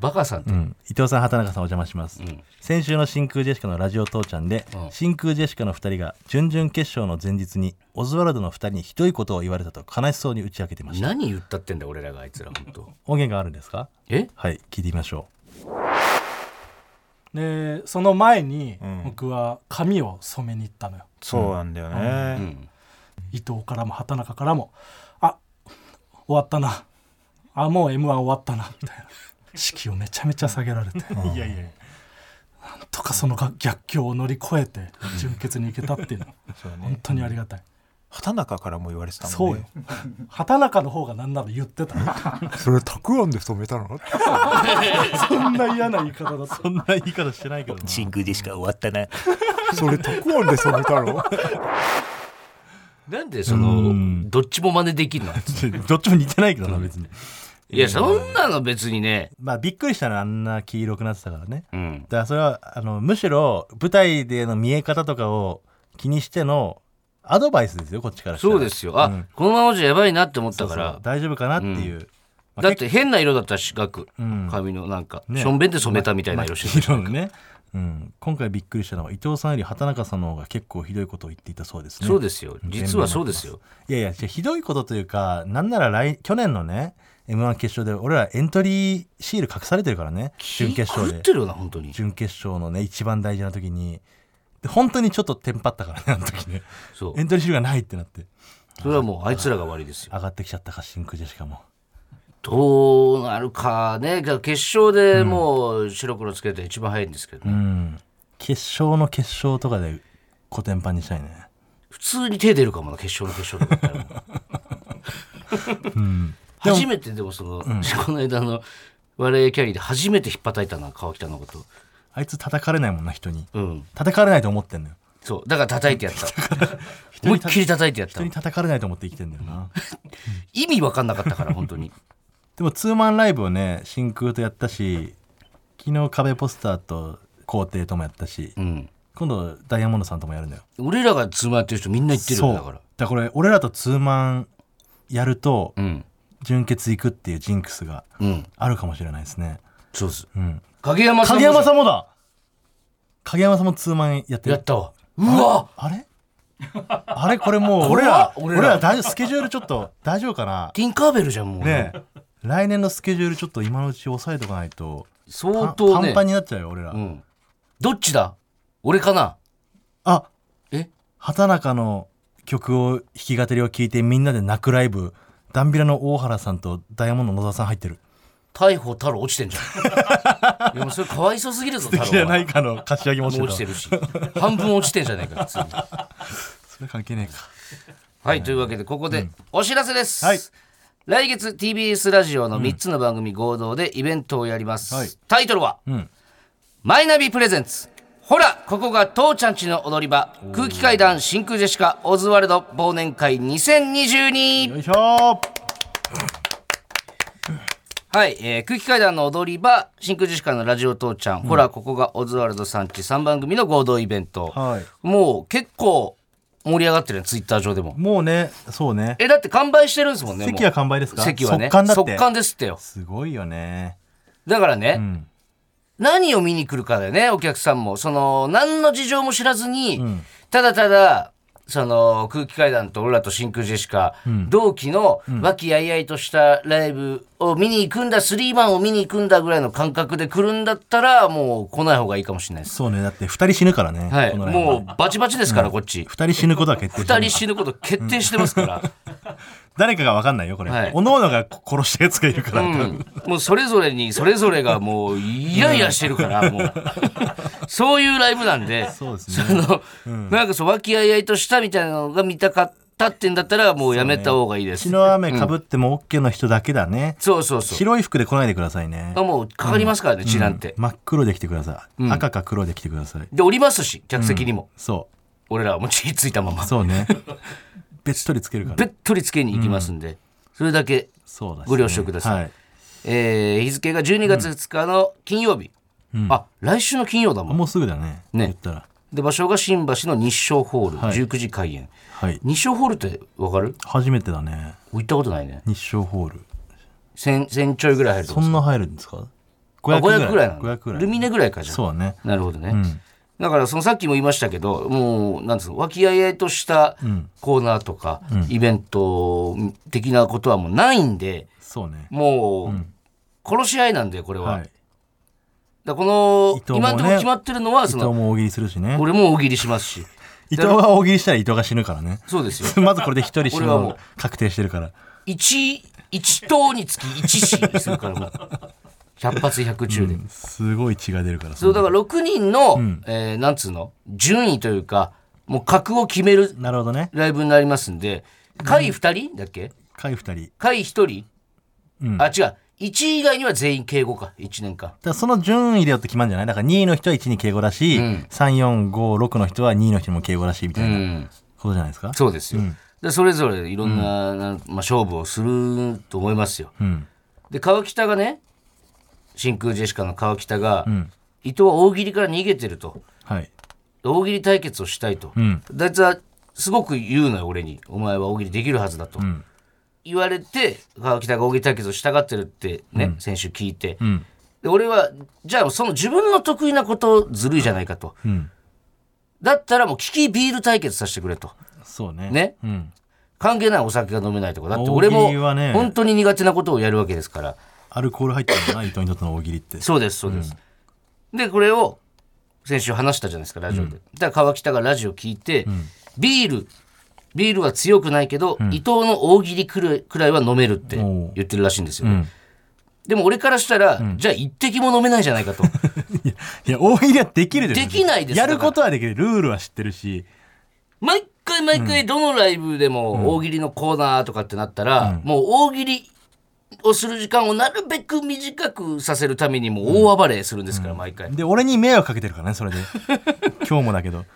バカさんって。うん伊藤さん畑中さんお邪魔します、先週の真空ジェシカのラジオ父ちゃんで、うん真空ジェシカの2人が準々決勝の前日にオズワルドの2人にひどいことを言われたと悲しそうに打ち明けてました何言ったってんだよ、俺らがあいつら、本当音源があるんですかえはい聞いてみましょでその前にん僕は髪を染めに行ったのよ、そうなんだようね。ん。伊藤からも畑中からも「あ終わったなあもう m 1終わったな」みたいな式をめちゃめちゃ下げられていやいやなんとかそのが逆境を乗り越えて純潔に行けたっていうのはそうね本当にありがたい畑中からも言われてたそもんうよね。畑中の方が何なら言ってたそれたくあんで染めたの？ そんな嫌な言い方だったうそんな言い方してないけどな真空でしか終わったな。それたくあんで染めたの？なんで、そうの、んどっちも真似できん のあいつどっちも似てないけどな別にいや、そんなの別にね。まあびっくりしたのはあんな黄色くなってたからねうん。だからそれはあのむしろ舞台での見え方とかを気にしてのアドバイスですよこっちからしたらそうですよ。あ、うんこのままじゃやばいなって思っただかからら。大丈夫かなっていう、まあだって変な色だったし、四角。うん髪のなんか、ねしょんべんで染めたみたいな色してまあ黄色のね、うん、今回びっくりしたのは伊藤さんより畑中さんの方が結構ひどいことを言っていたそうですた。ねそうですよ。実はそうですよ。いやいやじゃあひどいことというかなんなら来去年のね m 1決勝で俺らエントリーシール隠されてるからね準決勝狂っでてるよな、本当に。準決勝のね一番大事な時にで本当にちょっとテンパったからねあ の時ねそうエ。ントリーシールがないってなってそれはもうあいつらが悪いですよ。上がってきちゃったか真空ジェシカもどうなるかね。が決勝でもう白黒つけて一番早いんですけどうね。ん決勝の決勝とかでコテンパンにしたいね普通に手出るかもな、決勝の決勝とかだったら。 初めてでもその、この間の我々キャリーで初めて引っ叩いたな、川北のこと。あいつ叩かれないもんな人にうん。叩かれないと思ってんのよそう。だから叩いてや った。思いっきり叩いてやった人に。叩かれないと思って生きてんだよな意味わかんなかったから、本当 に。でもツーマンライブをね真空とやったし昨日壁ポスターと皇帝ともやったし、うん。今度ダイヤモンドさんともやるんだよ俺らがつまやってる人みんな言ってるそようだから。だからこれ俺らとツーマンやるとうん。純潔いくっていうジンクスがうん。あるかもしれないですね、そうです。うん、影山さんも。影山さんもだ影山さんもツーマンやってるやったわ。うわあれあれこれもう俺ら俺ら大丈夫スケジュールちょっと大丈夫かなティンカーベルじゃん、もう。ねえ来年のスケジュールちょっと今のうち押さえとかないと相パ当ンパねン。パンになっちゃうよ俺ら、うん。どっちだ俺かなあえ畑中の曲を弾き語りを聞いてみんなで泣くライブダンビラの大原さんとダイヤモンドの野田さん入ってる逮捕太郎落ちてんじゃん。 いや、もうそれかわいそうすぎるぞ、太敵じゃ郎なは。いかの柏木ももう落落ちちててたるし。半分落ちてんじゃないか、普通に。それ関係ねえかはい、というわけでここでお知らせです。はい来月 TBS ラジオの3つの番組合同でイベントをやります。はいタイトルは、んマイナビプレゼンツ。ほら、ここが父ちゃんちの踊り場、空気階段真空ジェシカ、オズワルド忘年会2022。よいしょーはい、えー空気階段の踊り場、真空ジェシカのラジオ父ちゃん、ほら、ここがオズワルドさんち3番組の合同イベント。はいもう結構盛り上がってるね、ツイッター上でも。もうねそうねえ、だって完売してるんですもんね。もう席は完売ですか席はね速乾だってですってよすごいよねだからね、ん何を見に来るかだよねお客さんもその何の事情も知らずに、んただただその空気階段と俺らと真空ジェシカ、同期の和気あいあいとしたライブを見に行くんだスリーマンを見に行くんだぐらいの感覚で来るんだったらもう来ない方がいいかもしれないです、そうねだって2人死ぬからね、はいこのライブもはうバチバチですから、こっち2人死ぬことは決定して2る人死ぬこと決定してますから、誰かが分かんないよこれ、はいおのおのが殺したやつがいるから、うん、もうそれぞれにそれぞれがもうイライラしてるから、もうそういうライブなんでそうですねの、なんかそう和気あいあいとしたみたいなのが見たかったってんだったらもうやめた方がいいです血の雨かぶっても OK の人だけだね、そうそうそう白い服で来ないでくださいねあもうかかりますからね、血なんて、真っ黒で来てください、赤か黒で来てくださいでおりますし客席にも、そう俺らはもう血ついたままそ うねべっとりつけるからべっとりつけに行きますんで、それだけ、そうだしねご了承くださいはい、えー日付が12月2日の金曜日、あ来週の金曜だもんもうすぐだねね言ったらで場所が新橋の日照ホール、はい19時開演はい日照ホールってわかる初めてだね行ったことないね日照ホール1000千ちょいぐらい入るとそこんな入るんですかあ500ぐらいなの500ぐらいルミネぐらいかじゃあそうだねなるほどね、だからそのさっきも言いましたけどもうなんつうの和気あいあいとしたコーナーとか、イベント的なことはもうないんでそうねもう、殺し合いなんでこれは、はだかいらこの、伊藤もね今のところ決まってるのは伊そ藤のも大喜利するしね俺も大喜利しますし伊藤が大喜利したら伊藤が死ぬからねそうですよまずこれで一人死ぬ俺はものう確定してるから一一等につき一死にするからも う100発100中で、すごい血が出るからそうだから6人の、えーなんつうの順位というかもう格を決めるなるほどねライブになりますんで下位2人だっけ回二人下位1人、あ違う1位以外には全員敬語か1年間だからその順位でよって決まるんじゃないだから2位の人は1に敬語だし、3456の人は2位の人も敬語だしみたいなことじゃないですか、そうですよ、でそれぞれいろんな,な、まあ、勝負をすると思いますよ、で川北がね真空ジェシカの川北が、伊藤は大喜利から逃げてるとはい大喜利対決をしたいと、だいつはすごく言うのよ俺にお前は大喜利できるはずだと、言われて川北が大喜利対決をしたがってるってね、先週聞いて、で俺はじゃあその自分の得意なことずるいじゃないかと、だったらもうキキビール対決させてくれとそうねねうん、関係ないお酒が飲めないとかだって俺も大喜利はね本当に苦手なことをやるわけですからアルコール入ってるんだな伊藤にとっての大喜利ってそうですそうです、でこれを先週話したじゃないですかラジオで、だから川北がラジオ聞いて、ビールビールは強くないけど、伊藤の大喜利くらいくらいは飲めるっておう言ってるらしいんですよね、でも俺からしたら、じゃあ一滴も飲めないじゃないか といや大喜利はできるでしょできないですやることはできるルールは知ってるし毎回毎回どのライブでも大喜利のコーナーとかってなったら、もう大喜利をする時間をなるべく短くさせるためにもう大暴れするんですから、毎回で俺に迷惑かけてるからね それで今日もだけど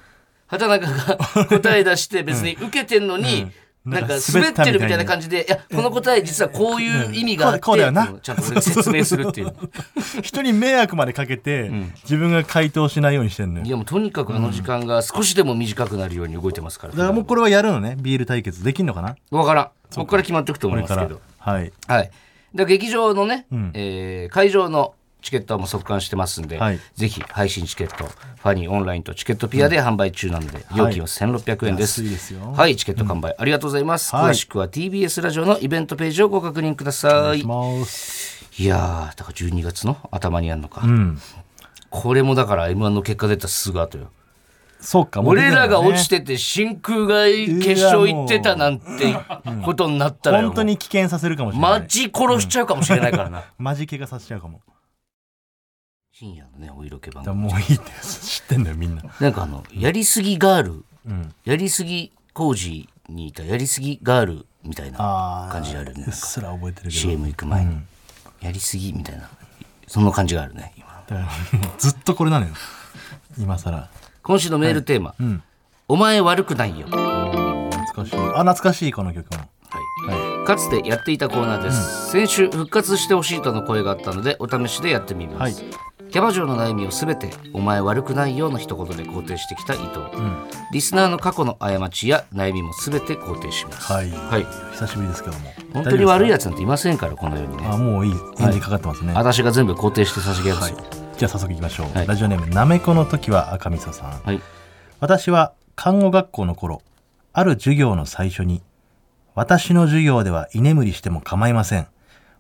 畑中が答え出して別に受けてんのに、うんなんかなんか滑ってるみ滑たいったみたいなな感じで、いや、この答え実はこういう意味があって、こうだこうだよなちゃんと俺が説明するっていう。 人に迷惑までかけて、自分が回答しないようにしてんのよいや、もうとにかくあの時間が少しでも短くなるように動いてますから。だからもうこれはやるのねビール対決できんのかなわからん。ここから決まっていくとこ思いまれかすけらど。はいはい。だから劇場のね、んえー会場のチケットはもう即完してますんで、はいぜひ配信チケット、ファニーオンラインとチケットピアで販売中なので、料金は1600円です。安いですよはい、チケット完売、ありがとうございます。はい詳しくは TBS ラジオのイベントページをご確認ください。いますやー、だから12月の頭にやるのか。んこれもだから M1 の結果出たすぐ後よ。そうかもう出て俺んだらねが落ちてて真空が決勝行ってたなんてことになったらよ、本当に危険させるかもしれなマいジ殺しちゃうかもしれないからな。マジ怪我させちゃうかも深夜のねお色気番だから組もういいって知ってんだよみんななんかあのやりすぎガールうんやりすぎ工事にいたやりすぎガールみたいなあー感じあるねうっすら覚えてるけど CM 行く前に、やりすぎみたいなその感じがあるね今だからもうずっとこれなのよ今さら今週のメールテーマ「お前悪くないよ」懐かしいあ懐かしいこの曲もはいかつてやっていたコーナーです、先週復活してほしいとの声があったのでお試しでやってみます、はキャバ嬢の悩みをすべて「お前悪くないよ」の一言で肯定してきた伊藤、リスナーの過去の過ちや悩みもすべて肯定しますはいはい、久しぶりですけども本当に悪いいやつなんていませんからこの世にねあもういいエンジンかかってますねは私が全部肯定して差し上げますいよじゃあ早速いきましょはいうラジオネームなめこの時は赤みそさんはい、私は看護学校の頃ある授業の最初に私の授業では居眠りしても構いません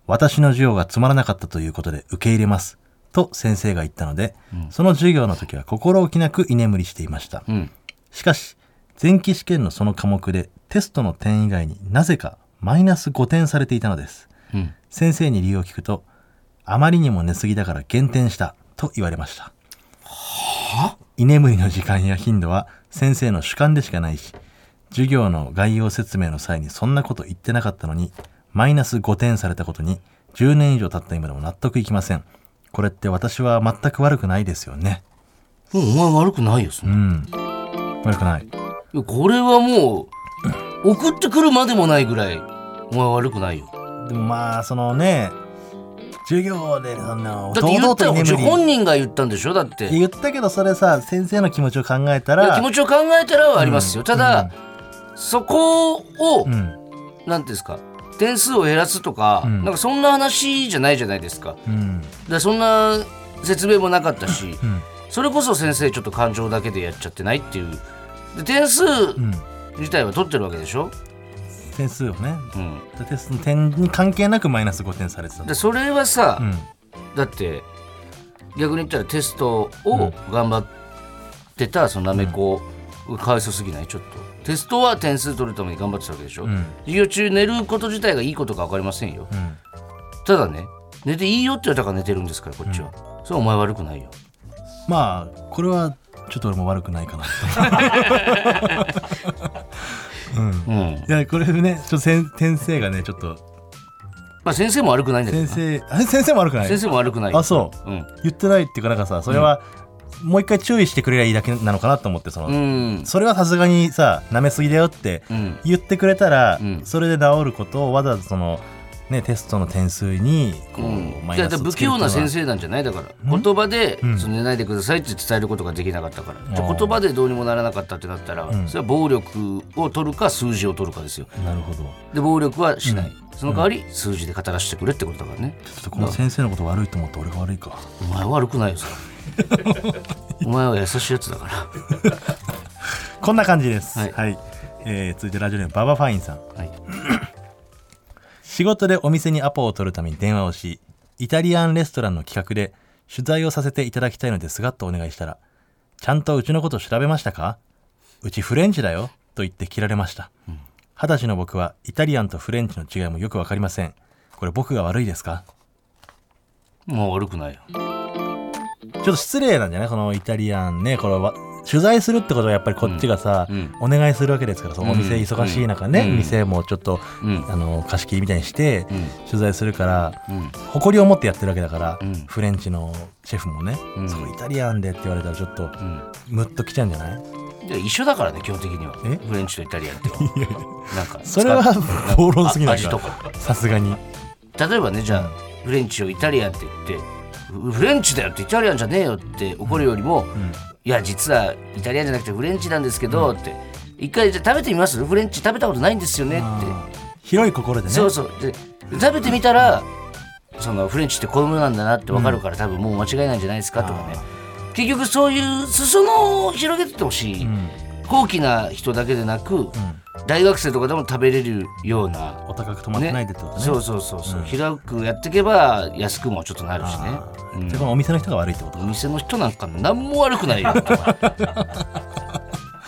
私の授業がつまらなかったということで受け入れますと先生が言ったので、その授業の時は心置きなく居眠りしていました、うんしかし前期試験のその科目でテストの点以外になぜかマイナス5点されていたのですうん、先生に理由を聞くとあまりにも寝すぎだから減点したと言われました居眠りの時間や頻度は先生の主観でしかないし授業の概要説明の際にそんなこと言ってなかったのにマイナス5点されたことに10年以上経った今でも納得いきませんこれって私は全く悪くないですよねうんお前悪くないよそんうな、ん悪くないいやこれはもう送ってくるまでもないぐらいお前悪くないよでもまあそのね授業でそんなだって言った居よ眠り本人が言ったんでしょだって言ったけどそれさ先生の気持ちを考えたいやら気持ちを考えたらはありますよ、ただ、そこを、うなんんていうんですか点数を減らすとか、んなんかそんな話じゃないじゃないですかだかうんらそんな説明もなかったし、んそれこそ先生ちょっと感情だけでやっちゃってないっていうで点数うん自体は取ってるわけでしょ、点数をねうん、テストの点に関係なくマイナス5点されてたでそれはさ、うんだって逆に言ったらテストを頑張ってたそのなめこ、かわいそうすぎないちょっとテストは点数取るために頑張ってたわけでしょ、うん授業中寝ること自体がいいことか分かりませんようんただね寝ていいよって言われたから寝てるんですからこっちは、それはお前悪くないよまあこれはちょっと俺 も悪くないかなうんいやこれねちょっと先先生がねちょっとまあ先生も悪くないんだけど先な生あ先生も悪くない先生も悪くないよあそううん言ってないっていうかなんかさそれは、もう一回注意してくれりゃいいだけなのかなと思ってその、うんそれはさすがにさ舐めすぎだよってうん言ってくれたら、うんそれで治ることをわざわざその、ね、テストの点数にこう、うん、マじイゃあナだスからを不つ器けるっていう用のはな先生なんじゃないだから言葉で、その寝ないでくださいって伝えることができなかったからじゃあ言葉でどうにもならなかったってなったら、それは暴力を取るか数字を取るかですよなるほどちょで暴力はしない、その代わり数字で語らせてくれってことだからね、っとこの先生のこと悪いと思って俺が悪いかお前は悪くないよそれ お前は優しいやつだかこんな感じですは、はいいえー続いてラジオネームババファインさんら、はい、 仕事でお店にアポを取るために電話をしイタリアンレストランの企画で取材をさせていただきたいのですがとお願いしたら「ちゃんとうちのこと調べましたかうちフレンチだよ」と言って切られました二十歳の僕はイタリアンとフレンチの違いもよくわかりませんこれ僕が悪いですかもう悪くないよちょっと失礼なんじゃないこのイタリアンねこれは取材するってことはやっぱりこっちがさ、うんお願いするわけですからそのお店うん忙しい中ね、うん店もちょっと、うんあの貸し切りみたいにして、うん取材するから、うん誇りを持ってやってるわけだから、うんフレンチのシェフもね、うんそこイタリアンでって言われたらちょっとうんムッときちゃうんじゃないで一緒だからね基本的にはえフレンチとイタリアンってなんかそれは使っ暴論すぎない味かとかさすがに例えばねじゃあフレンチをイタリアンって言ってフフレンチだよってイタリアンじゃねえよって怒るよりも、いや実はイタリアンじゃなくてフレンチなんですけどって、一回じゃあ食べてみますフレンチ食べたことないんですよねって、広い心でねそうそうで食べてみたらそのフレンチってこういうものなんだなって分かるから、多分もう間違いないんじゃないですかとかね結局そういう裾野を広げてってほしい、高貴な人だけでなく、大学生とかでも食べれるようなお高く止まってないでってことねそうそうそうそう、広くやっていけば安くもちょっとなるしねあーじゃあこのお店の人が悪いってことお店の人なんか何も悪くないよ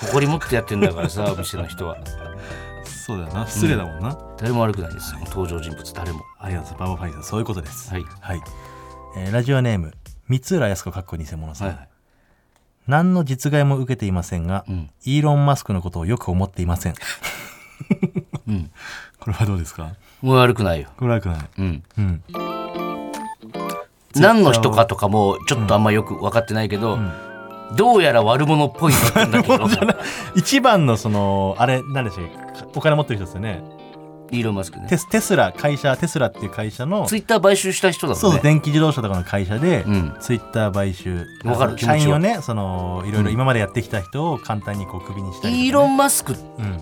誇り持ってやってんだからさお店の人はそうだよな失礼だもんな、誰も悪くないですよ登場人物誰もありがとうババファインさんそういうことですはいえーラジオネーム三浦靖子かっこ偽物さん、はいはい何の実害も受けていませんが、んイーロン・マスクのことをよく思っていません、 これはどうですかもう悪くないよこれはよくないうんうん何の人かとかもちょっとあんまよく分かってないけど、どうやら悪者っぽい人なんだけ ど一番のそのあれ何でしたっけお金持ってる人ですよねイーロン・マスクねテステスラ会社テスラっていう会社のツイッター買収した人だそもうんそうね電気自動車とかの会社で、うんツイッター買収わかる気持ち社は員をねそのいろいろ今までやってきた人を簡単にこうクビにしたイりーとかロね、ン・マスクっうん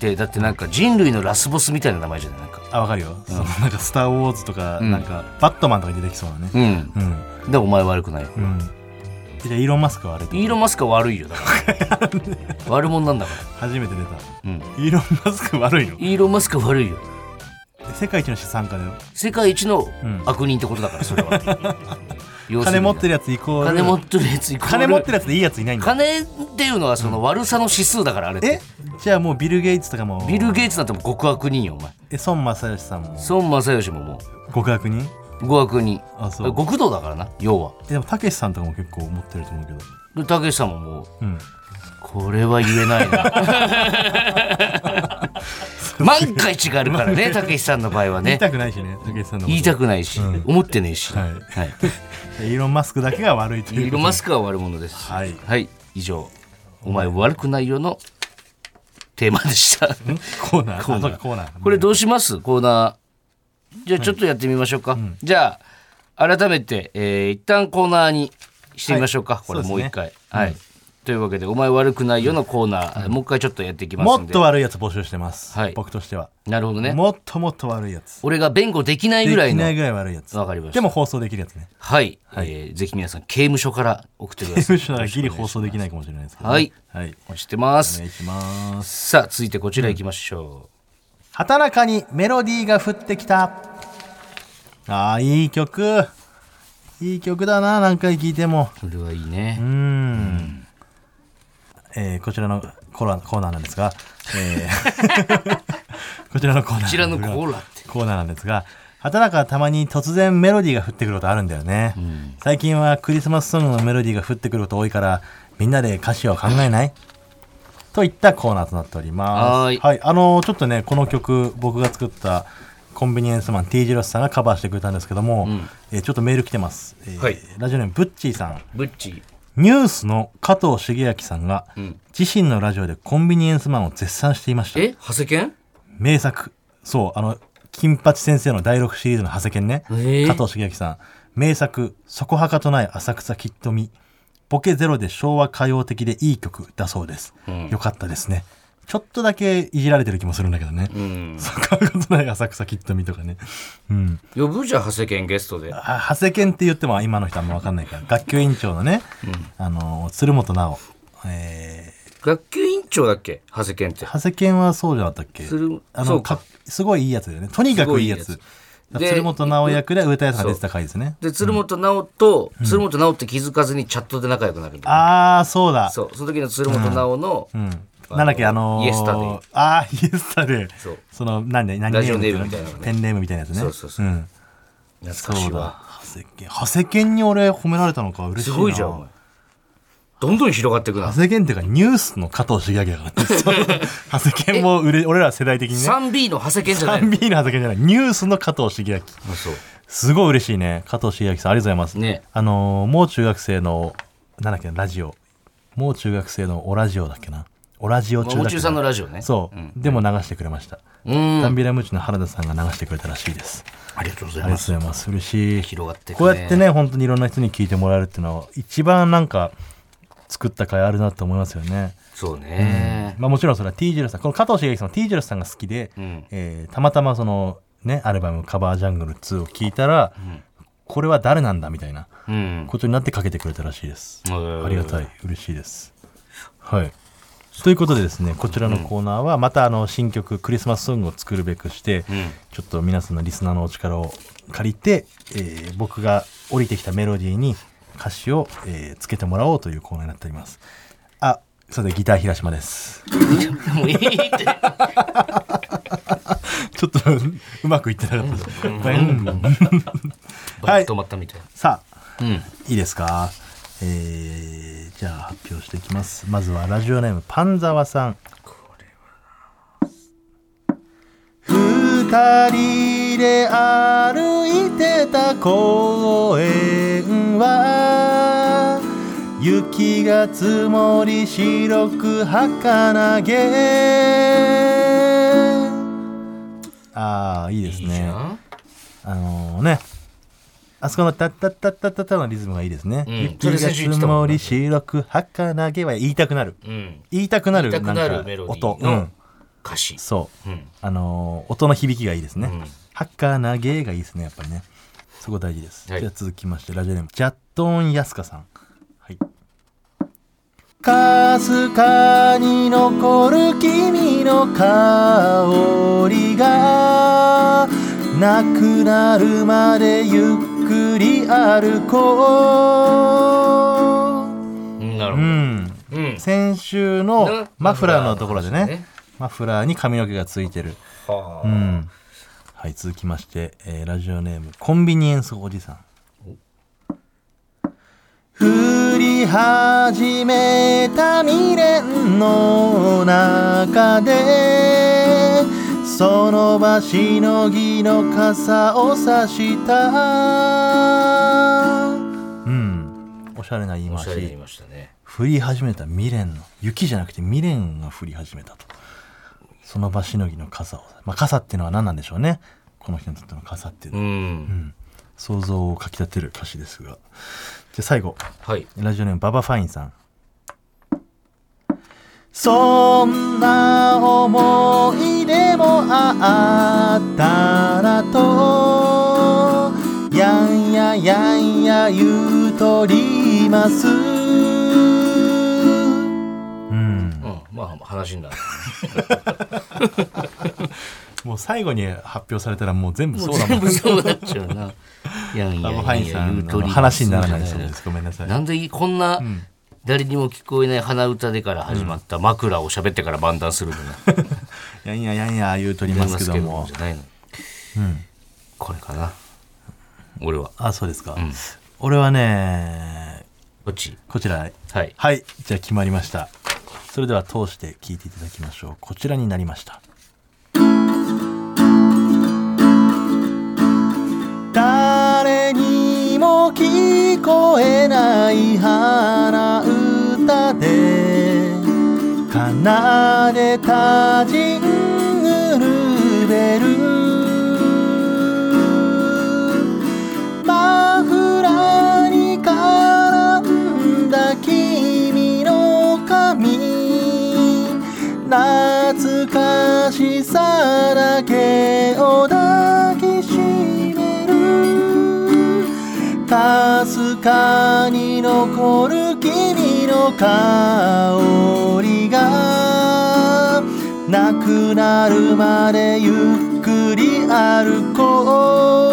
てだってなんか人類のラスボスみたいな名前じゃないなんかあわかるよ、そのなんか「スター・ウォーズ」とか、うんなんか「バットマン」とかに出てきそうなねうんうんでもお前悪くないようん、じゃあイーロン・マスクはあれイーロン・マスクは悪いよだから悪者なんだか初めて出たら、うん、イーロン・マスク悪いのイーロン・マスクは悪いよ世界一の資産家だよ世界一のん悪人ってことだからそれ は要す金るに持ってるやつイコール金持ってるやつイコール金持ってるやつでいいやついないんだよ金っていうのはその悪さの指数だからあれってえじゃあもうビル・ゲイツとかもビル・ゲイツなんてもう極悪人よお前え孫正義さんも孫正義もも極悪人う極悪人あそう極道だからな要はえでもたけしさんとかも結構持ってると思うけどでたけしさんももううんこれは言えない な万が一があるからねたけしさんの場合は言いねたくないしねたけしさんのこと言いたくないし、思ってねえし、はいはいイーロン・マスクだけが悪いというイーロン・ことマでスクは悪者です。はい以上。お前悪くないよのテーマでした。 コーナーコーナーあそうかコーナーこれどうしますコーナー。じゃあちょっとやってみましょうか。じゃあ、改めて、えー一旦コーナーにしてみましょうか。はいこれそもううですね一回。はい。というわけで、お前悪くないよのコーナー、もう一回ちょっとやっていきまもすっんで。と悪いやつ募集してます、はい僕としては、なるほどね。もっともっと悪いやつ俺が弁護できないぐらいできのない。ぐらい悪いやつわかりましたでも放送できるやつねはい、えーぜひ皆さん刑務所から送ってくだ刑 さい。務所ならギリ放送できないかもしれないですけど、はいはい、お待ちしてまおす願。いしますさあ続いてこちら行きましょ畑中にメロディーが降ってきたあーいい曲いい曲だな何回聴いてもう。これはいいね。うーん、えーこちらのコーナーコーナーなんですが、えー こちらのコーナーこちらのコーラって。コーナーなんですが畑中はたまに突然メロディーが降ってくることあるんだよね、最近はクリスマスソングのメロディーが降ってくること多いからみんなで歌詞を考えないといったコーナーとなっておりますはーいあのーちょっとねこの曲僕が作ったコンビニエンスマン T ・ジロスさんがカバーしてくれたんですけども、えーちょっとメール来てます、えーはいラジオネームブッチーさんブッチ。ニュースの加藤茂明さんが、自身のラジオでコンビニエンスマンを絶賛していましたえ長谷健名作そうあの金八先生の第6シリーズの長谷健ね、えー加藤茂明さん名作「そこはかとない浅草きっとみ」ボケゼロで昭和歌謡的でいい曲だそうです、よかったですねちょっとだけいじられてる気もするんだけどね「うん。そこはかとない浅草きっとみ」とかねうん呼ぶじゃん長谷健ゲストで。あ長谷健って言っても今の人あんま分かんないから学級委員長のね、あの鶴本直えー学級委員長だっけ長谷健って。長谷健はそうじゃなかったっけ鶴あそのうかかすごいいいやつだよねとにかくいいやすごいいいやつつで鶴本直役で上田屋さんが出てた回ですねで、鶴本直と、鶴本直って気づかずにチャットで仲良くなるんだよね。ああそうだそう。その時の鶴本直の、うんなんだっけあのーイエスタデイ。あーイエスタデイそうその何で何ラジオネームっみたていなうののねペンネームみたいなやつねそうそうそうん懐かしそいうだわ。長谷健長谷健に俺褒められたのか嬉しいすなごいじゃん、お前。どんどん広がっていくな長。谷健っていうかニュースの加藤茂明だ からねそう長谷健もうれ俺ら世代的にね 3B の長谷健じゃないの 3B の長谷健じゃないニュースの加藤茂明あそうすごい嬉しいね加藤茂明さんありがとうございます、ねあのーもう中学生のなんだっけなラジオもう中学生のオラジオだっけなオラジオ中学生まあもう中さんのラジオねそう、でも流してくれましたうーダんンビラムーチの原田さんが流してくれたらしいですありがとうござありがとうございます嬉しい広がってくねこうやってね本当にいろんな人に聞いてもらえるっていうのは一番なんか作った回あるなと思いますよねそうね、まあ、もちろんそれは T ・ジェルさんこの加藤茂樹さんの T ・ジェルさんが好きで、んえーたまたまそのねアルバム「カバージャングル2」を聞いたら、これは誰なんだみたいなうんことになってかけてくれたらしいです、うんありがたい嬉しいですはいということでですねこちらのコーナーはまたあの新曲クリスマスソングを作るべくして、ちょっと皆さんのリスナーのお力を借りて、えー僕が降りてきたメロディーに歌詞を、えーつけてもらおうというコーナーになっておりますあそれでギター平島ですもういい ってちょっと うまくいってなかったです。バイク止まったみたい、さうあ、んいいですか。えー、じゃあ発表していきます。まずはラジオネームパンザワさん。二人で歩いてた公園は雪が積もり白く儚げああいいですいねいじゃん、あのね、あそこのタッタッタッタッタッタのリズムがいいですね。うん雪が積もり白く儚げは言いたくなる。うん、言いたくなる言いたくなるなんかメロディー音、うのん、歌詞そう、うんあのー音の響きがいいですね。うん儚げがいいですねやっぱりね。そこ大事です。はいじゃあ続きましてラジオネームジャットンヤスカさん。はい。かすかに残る君の香りがなくなるまでゆっくり歩こうう。んなるうほどん。うん、先週のなマフラーのとこマフラーのところろでですねねマフラーに髪の毛がついてるはあうんはい続きまして、えーラジオネームコンビニエンスおじさん降り始めた未練の中でその場しのぎの傘を差したうんおしゃれな言いお回しゃれに言いしましたね降り始めた未練の雪じゃなくて未練が降り始めたとその場しのぎの傘を、まあ、傘っていうのは何なんでしょうねこの人にとっての傘っていうのうは、ん。想像をかきたてる歌詞ですがじゃあ最後はい。ラジオネームババファインさんそんな思い出もあったらとやんややんや言うとりますううんん。まあ、話になる。もう最後に発表されたらもう全部そうだも全ん部そうなっちゃうな。いやいバやバファイいンさや、ん言うとのり話にならないそうですごめんなさいなんでこんな誰にも聞こえない鼻歌でから始まった枕を喋ってから漫談するのね。やんややん や言うとりますけどもじゃないの。これかな。俺は。あそうですか、ん俺はねどっちこちらはい。はいじゃあ決まりましたそれでは通して聞いていただきましょうこちらになりました誰にも聞こえない花歌で奏でたジングルベルマフラーに絡んだ君の髪懐かしさだけを抱きしめるかすかに残る君の香りがなくなるまでゆっくり歩こう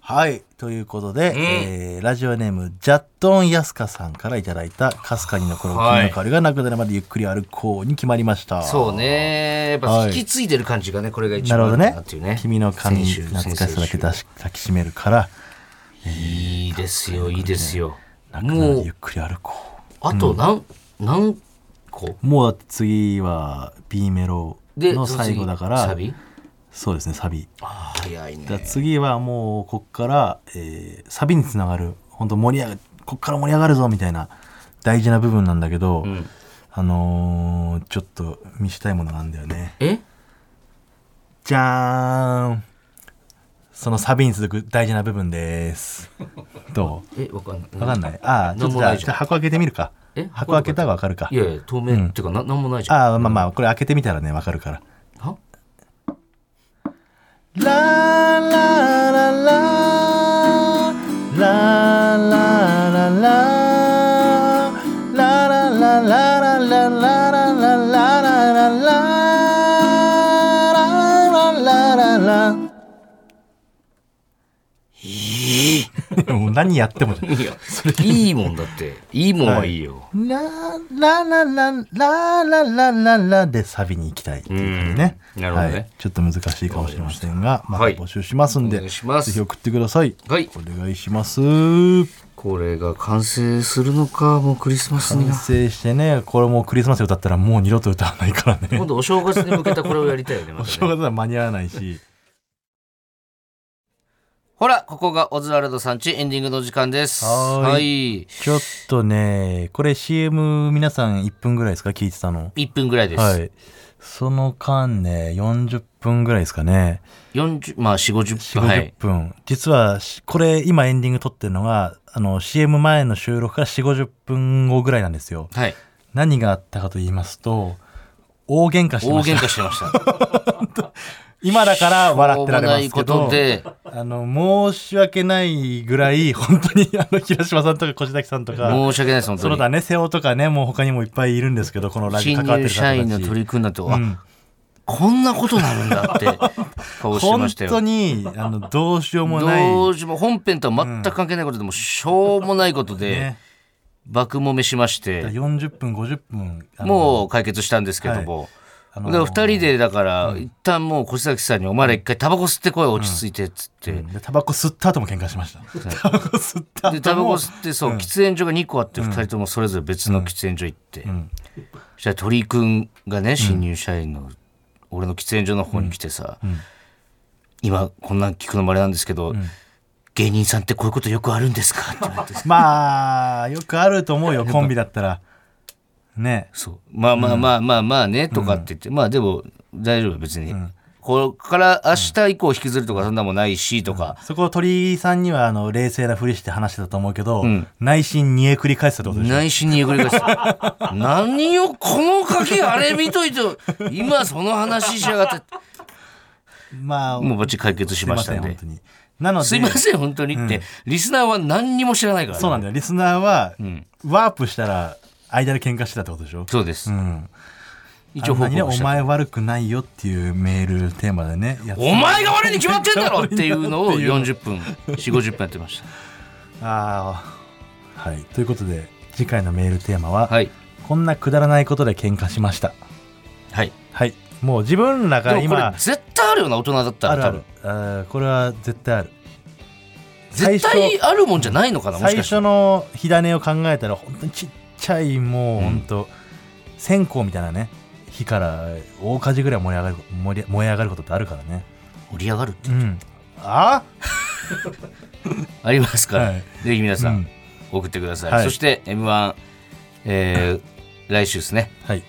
はいということで、えーラジオネームジャットンヤスカさんからいただいた「かすかに残る君の香りがなくなるまでゆっくり歩こう」に決まりましたそうね。やっぱ引き継いでる感じがね、これが一なるほ番どかねなっていうね。君の髪先週懐かしさだけ先々出し抱きしめるから週いいですよ、いいですよ。なくなるもまうでゆっ、くり歩こあと何、何個うもうだって次は B メロで、の最後だからその次サビそうですねサビあー早いねだ。から次はもうこっから、えーサビにつながる本当盛り上がこっから盛り上がるぞみたいな大事な部分なんだけど、んあのーちょっと見したいものなんだよねえじゃーんそのサビに続く大事な部分ですどうえ、わかんない。わかんない。ああ、ちょっとじなゃあんもないじゃんじゃあ箱開けてみるかえ。箱開けたらわかるかい。やいや、透明、っていうか、ななんもないじゃん。ああ、まあまあ、これ開けてみたらね、わかるから。はララララララララララララララララララララ ラもう何やってもじゃんいや、いいもんだって。いいもんはいいよ。ラララララララララでサビに行きたいっていう感じね。うんなるほどねはいちょっと難しいかもしれませんが、またはい募集しますんで、お願いしますぜひ送ってください。はいお願いします。完これが完成するのか、もうクリスマスにな。成してね、これもうクリスマス歌ったらもう二度と歌わないからね今。度お正月に向けたこれをやりたいよね、ま おた正ね。月は間に合わないし。ほら、ここがオズワルドさんちエンディングの時間です。ははい。ちょっとね、これ CM 皆さん1分ぐらいですか聞いてたの。 1分ぐらいです。はい。その間ね、40分ぐらいですかね。 40、まあ4、50 4分。はい50。分、実はしこれ今エンディング撮ってるのがあの CM 前の収録から4 5 0分後ぐらいなんですよはい。何があったかと言いますと大喧嘩して大まし喧た嘩してました。今だから笑ってられましょうもないすこけとどで、あの申し訳ないぐらい本当にあの平島さんとか越崎さんとか申し訳ないです、本その当他に。ね瀬尾とかねもう他にもいっぱいいるんですけどこのラジオ新関わっ入てる方社たち員の取り組んだと、あうんこんなことなるんだって顔してま本したよ。当にあのどうしようもないどうしようも本編とは全く関係ないことでもうしょうもないことでね爆揉めしまして40分50分あのもう解決したんですけども、あので2人でだから一旦もう越崎さんに「お前ら一回タバコ吸ってこい落ち着いて」っつって、でタバコ吸った後も喧嘩しました。タバコ吸った後でもタバコ吸ってそう、喫煙所が2個あって2人ともそれぞれ別の喫煙所行って、そしたら鳥居君がね新入社員の、俺の喫煙所の方に来てさ、今こんなん聞くのもあれなんですけど、芸人さんってこういうことよくあるんですかって言われてまあよくあると思うよコンビだったら。ねそう まあまあまあまあまあねとかって言って、まあでも大丈夫別に、これから明日以降引きずるとかそんなもんないしとか、そこを鳥居さんにはあの冷静なふりして話してたと思うけど、内心煮えくり返したってことでしょ内心にえぐり返す 何をこの賭けあれ見といて今その話しやがってまあもうバッチリ解決しましたんすいでません本当になのですいません本当にって、リスナーは何にも知らないから、そうなんだよリスナーは、ワープしたら間で喧嘩してたってことでしょそうです、ん一応報あんなにね告おした前悪くないよっていうメールテーマでねやってお前が悪いに決まってん だろっていうのを40分4 5 0分やってまし ああはいということで次回のメールテーマは、たはいこんなくだらないことで喧嘩しましたはいはいもう自分らがでもこれ今絶対あるよな大人だったら多あるある分あーこれは絶対ある絶最対あるもんじゃないのかなもし最かして初の火種を考えたら本当にちっちゃいもう本当、線香みたいなね火から大火事ぐらい燃え上がる燃え燃え上がることってあるからね盛り上がるってうんあありますから、はいぜひ皆さん、うん送ってください、はいそして m 1、えー 来週ですねはい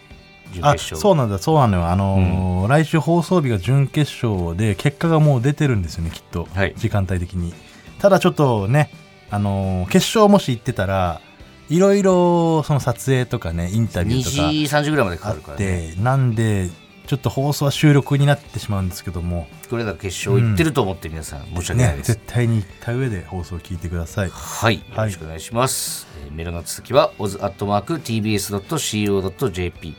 準あ決勝そうなんだそうなのよあのー来週放送日が準決勝で結果がもう出てるんですよねきっと、はい時間帯的にただちょっとねあのー決勝もし行ってたらいろいろその撮影とかねインタビュ2ーと時か30ぐらいまでかあかるから、っね、てなんでちょっと放送は収録になってしまうんですけどもこれだけ決勝行ってると思って皆さん申し訳ないねです、絶対に行った上で放送を聞いてくださいはい、よろしくお願いします。えーメールの続きは、o z t b s c o j p、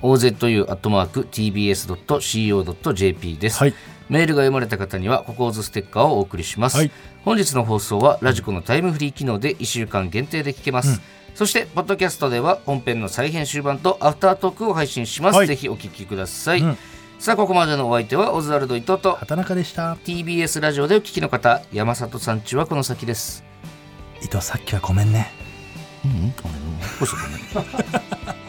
o z u t b s c o j p です。はいメールが読まれた方には、ココーズステッカーをお送りします。はい本日の放送は、ラジコのタイムフリー機能で1週間限定で聞けます。そして、ポッドキャストでは、本編の再編集版とアフタートークを配信します。はいぜひお聞きください。さあ、ここまでのお相手は、オズワルド伊藤と、畑中でした TBS ラジオでお聞きの方、山里さんちはこの先です。伊藤さっきはごめんねうん、ごめんごめん。こそごめん。